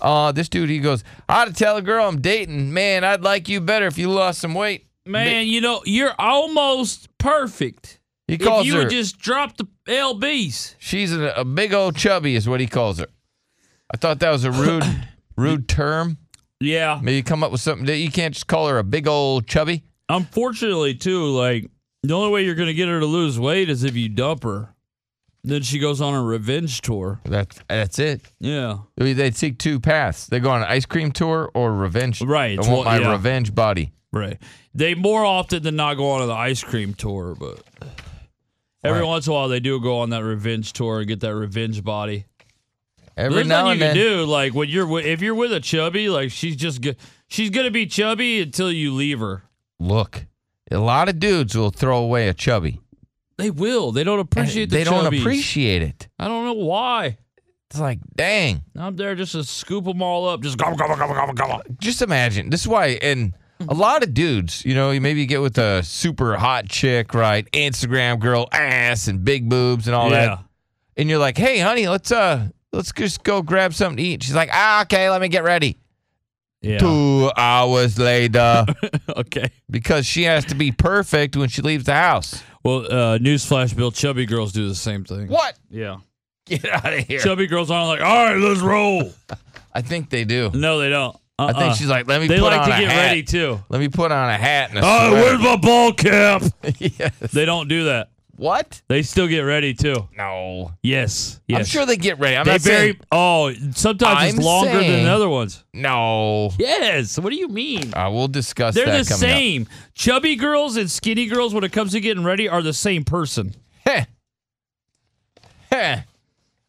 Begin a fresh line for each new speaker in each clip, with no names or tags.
Uh, this dude, he goes, I to tell a girl I'm dating, man, I'd like you better if you lost some weight.
Man, you know, you're almost perfect.
He
If
calls
you
her.
would just drop the LBs.
she's a, a big old chubby, is what he calls her. I thought that was a rude, rude term.
Yeah.
Maybe come up with something that you can't just call her a big old chubby.
Unfortunately, too, like the only way you're going to get her to lose weight is if you dump her. Then she goes on a revenge tour.
That's that's it.
Yeah.
They seek two paths. They go on an ice cream tour or revenge.
Right,
I
it's
want
one-
my
yeah.
revenge body.
Right. They more often than not go on the ice cream tour, but every
Right.
once in a while they do go on that revenge tour and get that revenge body.
Every
There's
now
nothing
and
you
then.
can do. Like when you're with, if you're with a chubby, like she's just go- she's gonna be chubby until you leave her.
Look, a lot of dudes will throw away a chubby.
They will. They don't
And
appreciate.
they
the
don't
chubbies.
appreciate it.
I don't know why.
It's like, dang.
I'm there just to scoop them all up. Just gobble gobble gobble gobble gobble.
just imagine this is why and a lot of dudes you know you maybe get with a super hot chick right instagram girl ass and big boobs and all
yeah.
that and you're like hey honey let's uh let's just go grab something to eat she's like ah, okay let me get ready
Yeah.
two hours later
okay.
because she has to be perfect when she leaves the house
Well, uh, newsflash, Bill. Chubby girls do the same thing.
what
Yeah.
get out of here
Chubby girls aren't like, all right, let's roll.
i think they do
no, they don't. Uh-uh.
i think she's like let me
They
put
like
on
to
a
get
hat.
ready too.
let me put on a hat and a
Oh,
sweater.
where's my ball cap?
Yes.
they don't do that.
what
They still get ready too.
no
Yes. Yes.
i'm sure they get ready i'm
they
not
very.
saying
oh, sometimes
I'm
it's longer
saying-
than other ones.
no
Yes. What do you mean?
Uh, we'll discuss
They're
that
the
coming
same. Chubby girls and skinny girls, when it comes to getting ready, are the same person.
up. Heh.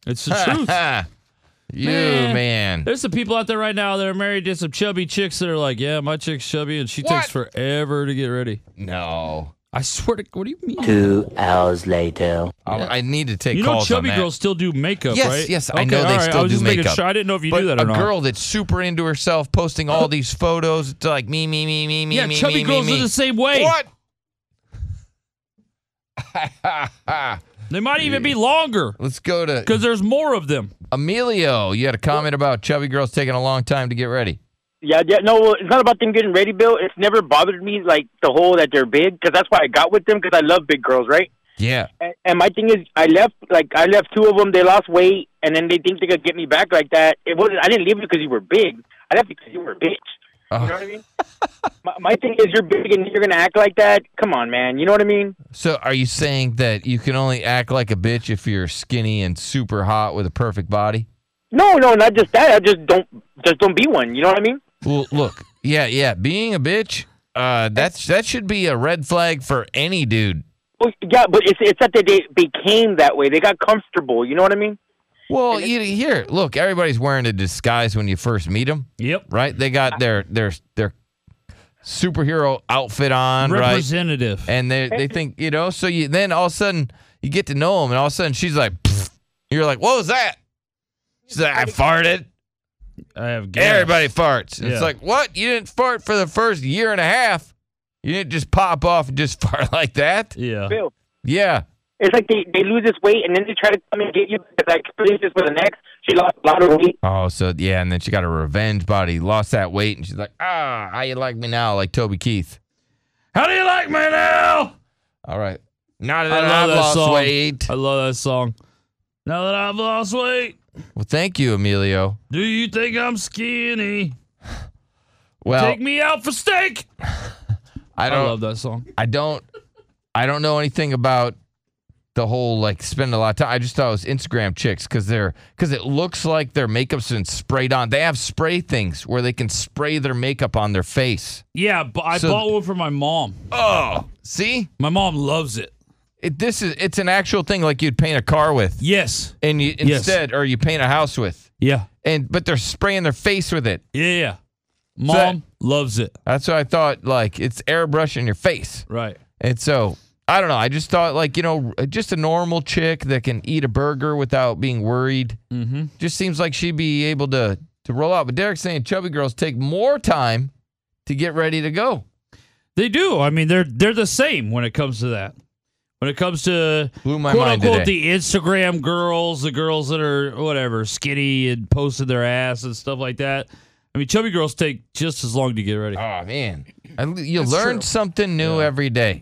It's the truth.
Heh. you
Man.
man.
There's some people out there right now that are married to some chubby chicks that are like, yeah, my chick's chubby and she takes forever to get ready.
No.
I swear to. What do you mean?
Two hours later.
I, Oh, I need to take
you know,
calls on
chubby
that.
girls still do makeup,
yes,
right?
yes, I
Okay,
know
all
they
right.
still
I was
do
just
makeup.
Making sure. I didn't know if you
but
knew that or
a
not. Uh-huh.
girl that's super into herself, posting all these photos, it's like me, me, me, me, me,
yeah,
me, me,
chubby girls
me,
are
me.
the same way.
What?
They might even be longer
Let's go to
because there's more of them.
Emilio. You had a comment about chubby girls taking a long time to get ready.
Yeah, yeah, no, well, it's not about them getting ready, Bill. It's never bothered me like the whole that they're big because that's why I got with them because I love big girls, right?
Yeah.
And, and my thing is, I left like I left two of them. They lost weight, and then they think they could get me back like that. It wasn't. I didn't leave because you were big. I left because you were a bitch. You know what I mean? my, my thing is, you're big and you're gonna act like that. Come on, man. You know what I mean?
So are you saying that you can only act like a bitch if you're skinny and super hot with a perfect body?
No, no, not just that. I just don't, just don't be one. You know what I mean?
Well, look, yeah, yeah, being a bitch, uh, that's that should be a red flag for any dude.
Well, yeah, but it's it's that they they became that way. They got comfortable. You know what I mean?
Well, you, here, look, everybody's wearing a disguise when you first meet them,
Yep.
right? They got their their their superhero outfit on, right?
Representative.
And they they think you know. So you then all of a sudden you get to know them, and all of a sudden she's like, "Pfft." you're like, what was that? She's like, I farted.
I have gas.
Everybody farts. And
Yeah.
It's like, what? You didn't fart for the first year and a half. You didn't just pop off and just fart like that.
Yeah.
Bill,
Yeah.
it's like they they lose this weight and then they try to come and get you. Because I experienced this with an ex. She lost a lot of weight.
Oh, so yeah, and then she got a revenge body, lost that weight, and she's like, ah, how you like me now, like Toby Keith.
How do you like me now?
All right. Now
I
that
love
I've
that
lost
song.
weight.
I love that song. Now that I've lost weight,
Well, thank you, Emilio.
do you think I'm skinny?
Well,
Take me out for steak.
I
I,
don't
love that song.
I don't I don't know anything about the whole like spend a lot of time. I just thought it was Instagram chicks because they're because it looks like their makeup's been sprayed on. They have spray things where they can spray their makeup on their face.
Yeah, but I
So-
bought one for my mom.
Oh, see,
My mom loves it.
it, this is it's an actual thing like you'd paint a car with,
Yes.
and you
Yes.
instead or you paint a house with.
Yeah.
and but they're spraying their face with it.
Yeah. Yeah. Mom loves it.
That's what I thought. Like it's airbrushing your face.
Right.
And so I don't know. I just thought like you know, just a normal chick that can eat a burger without being worried.
Mm-hmm.
Just seems like she'd be able to to roll out. But Derek's saying chubby girls take more time to get ready to go.
They do. I mean, they're they're the same when it comes to that. When it comes to
Blew my
quote
mind
unquote
today.
the Instagram girls, the girls that are whatever skinny and posted their ass and stuff like that. I mean, chubby girls take just as long to get ready.
Oh man, I, you
Ah, That's
learn
true.
something new every day.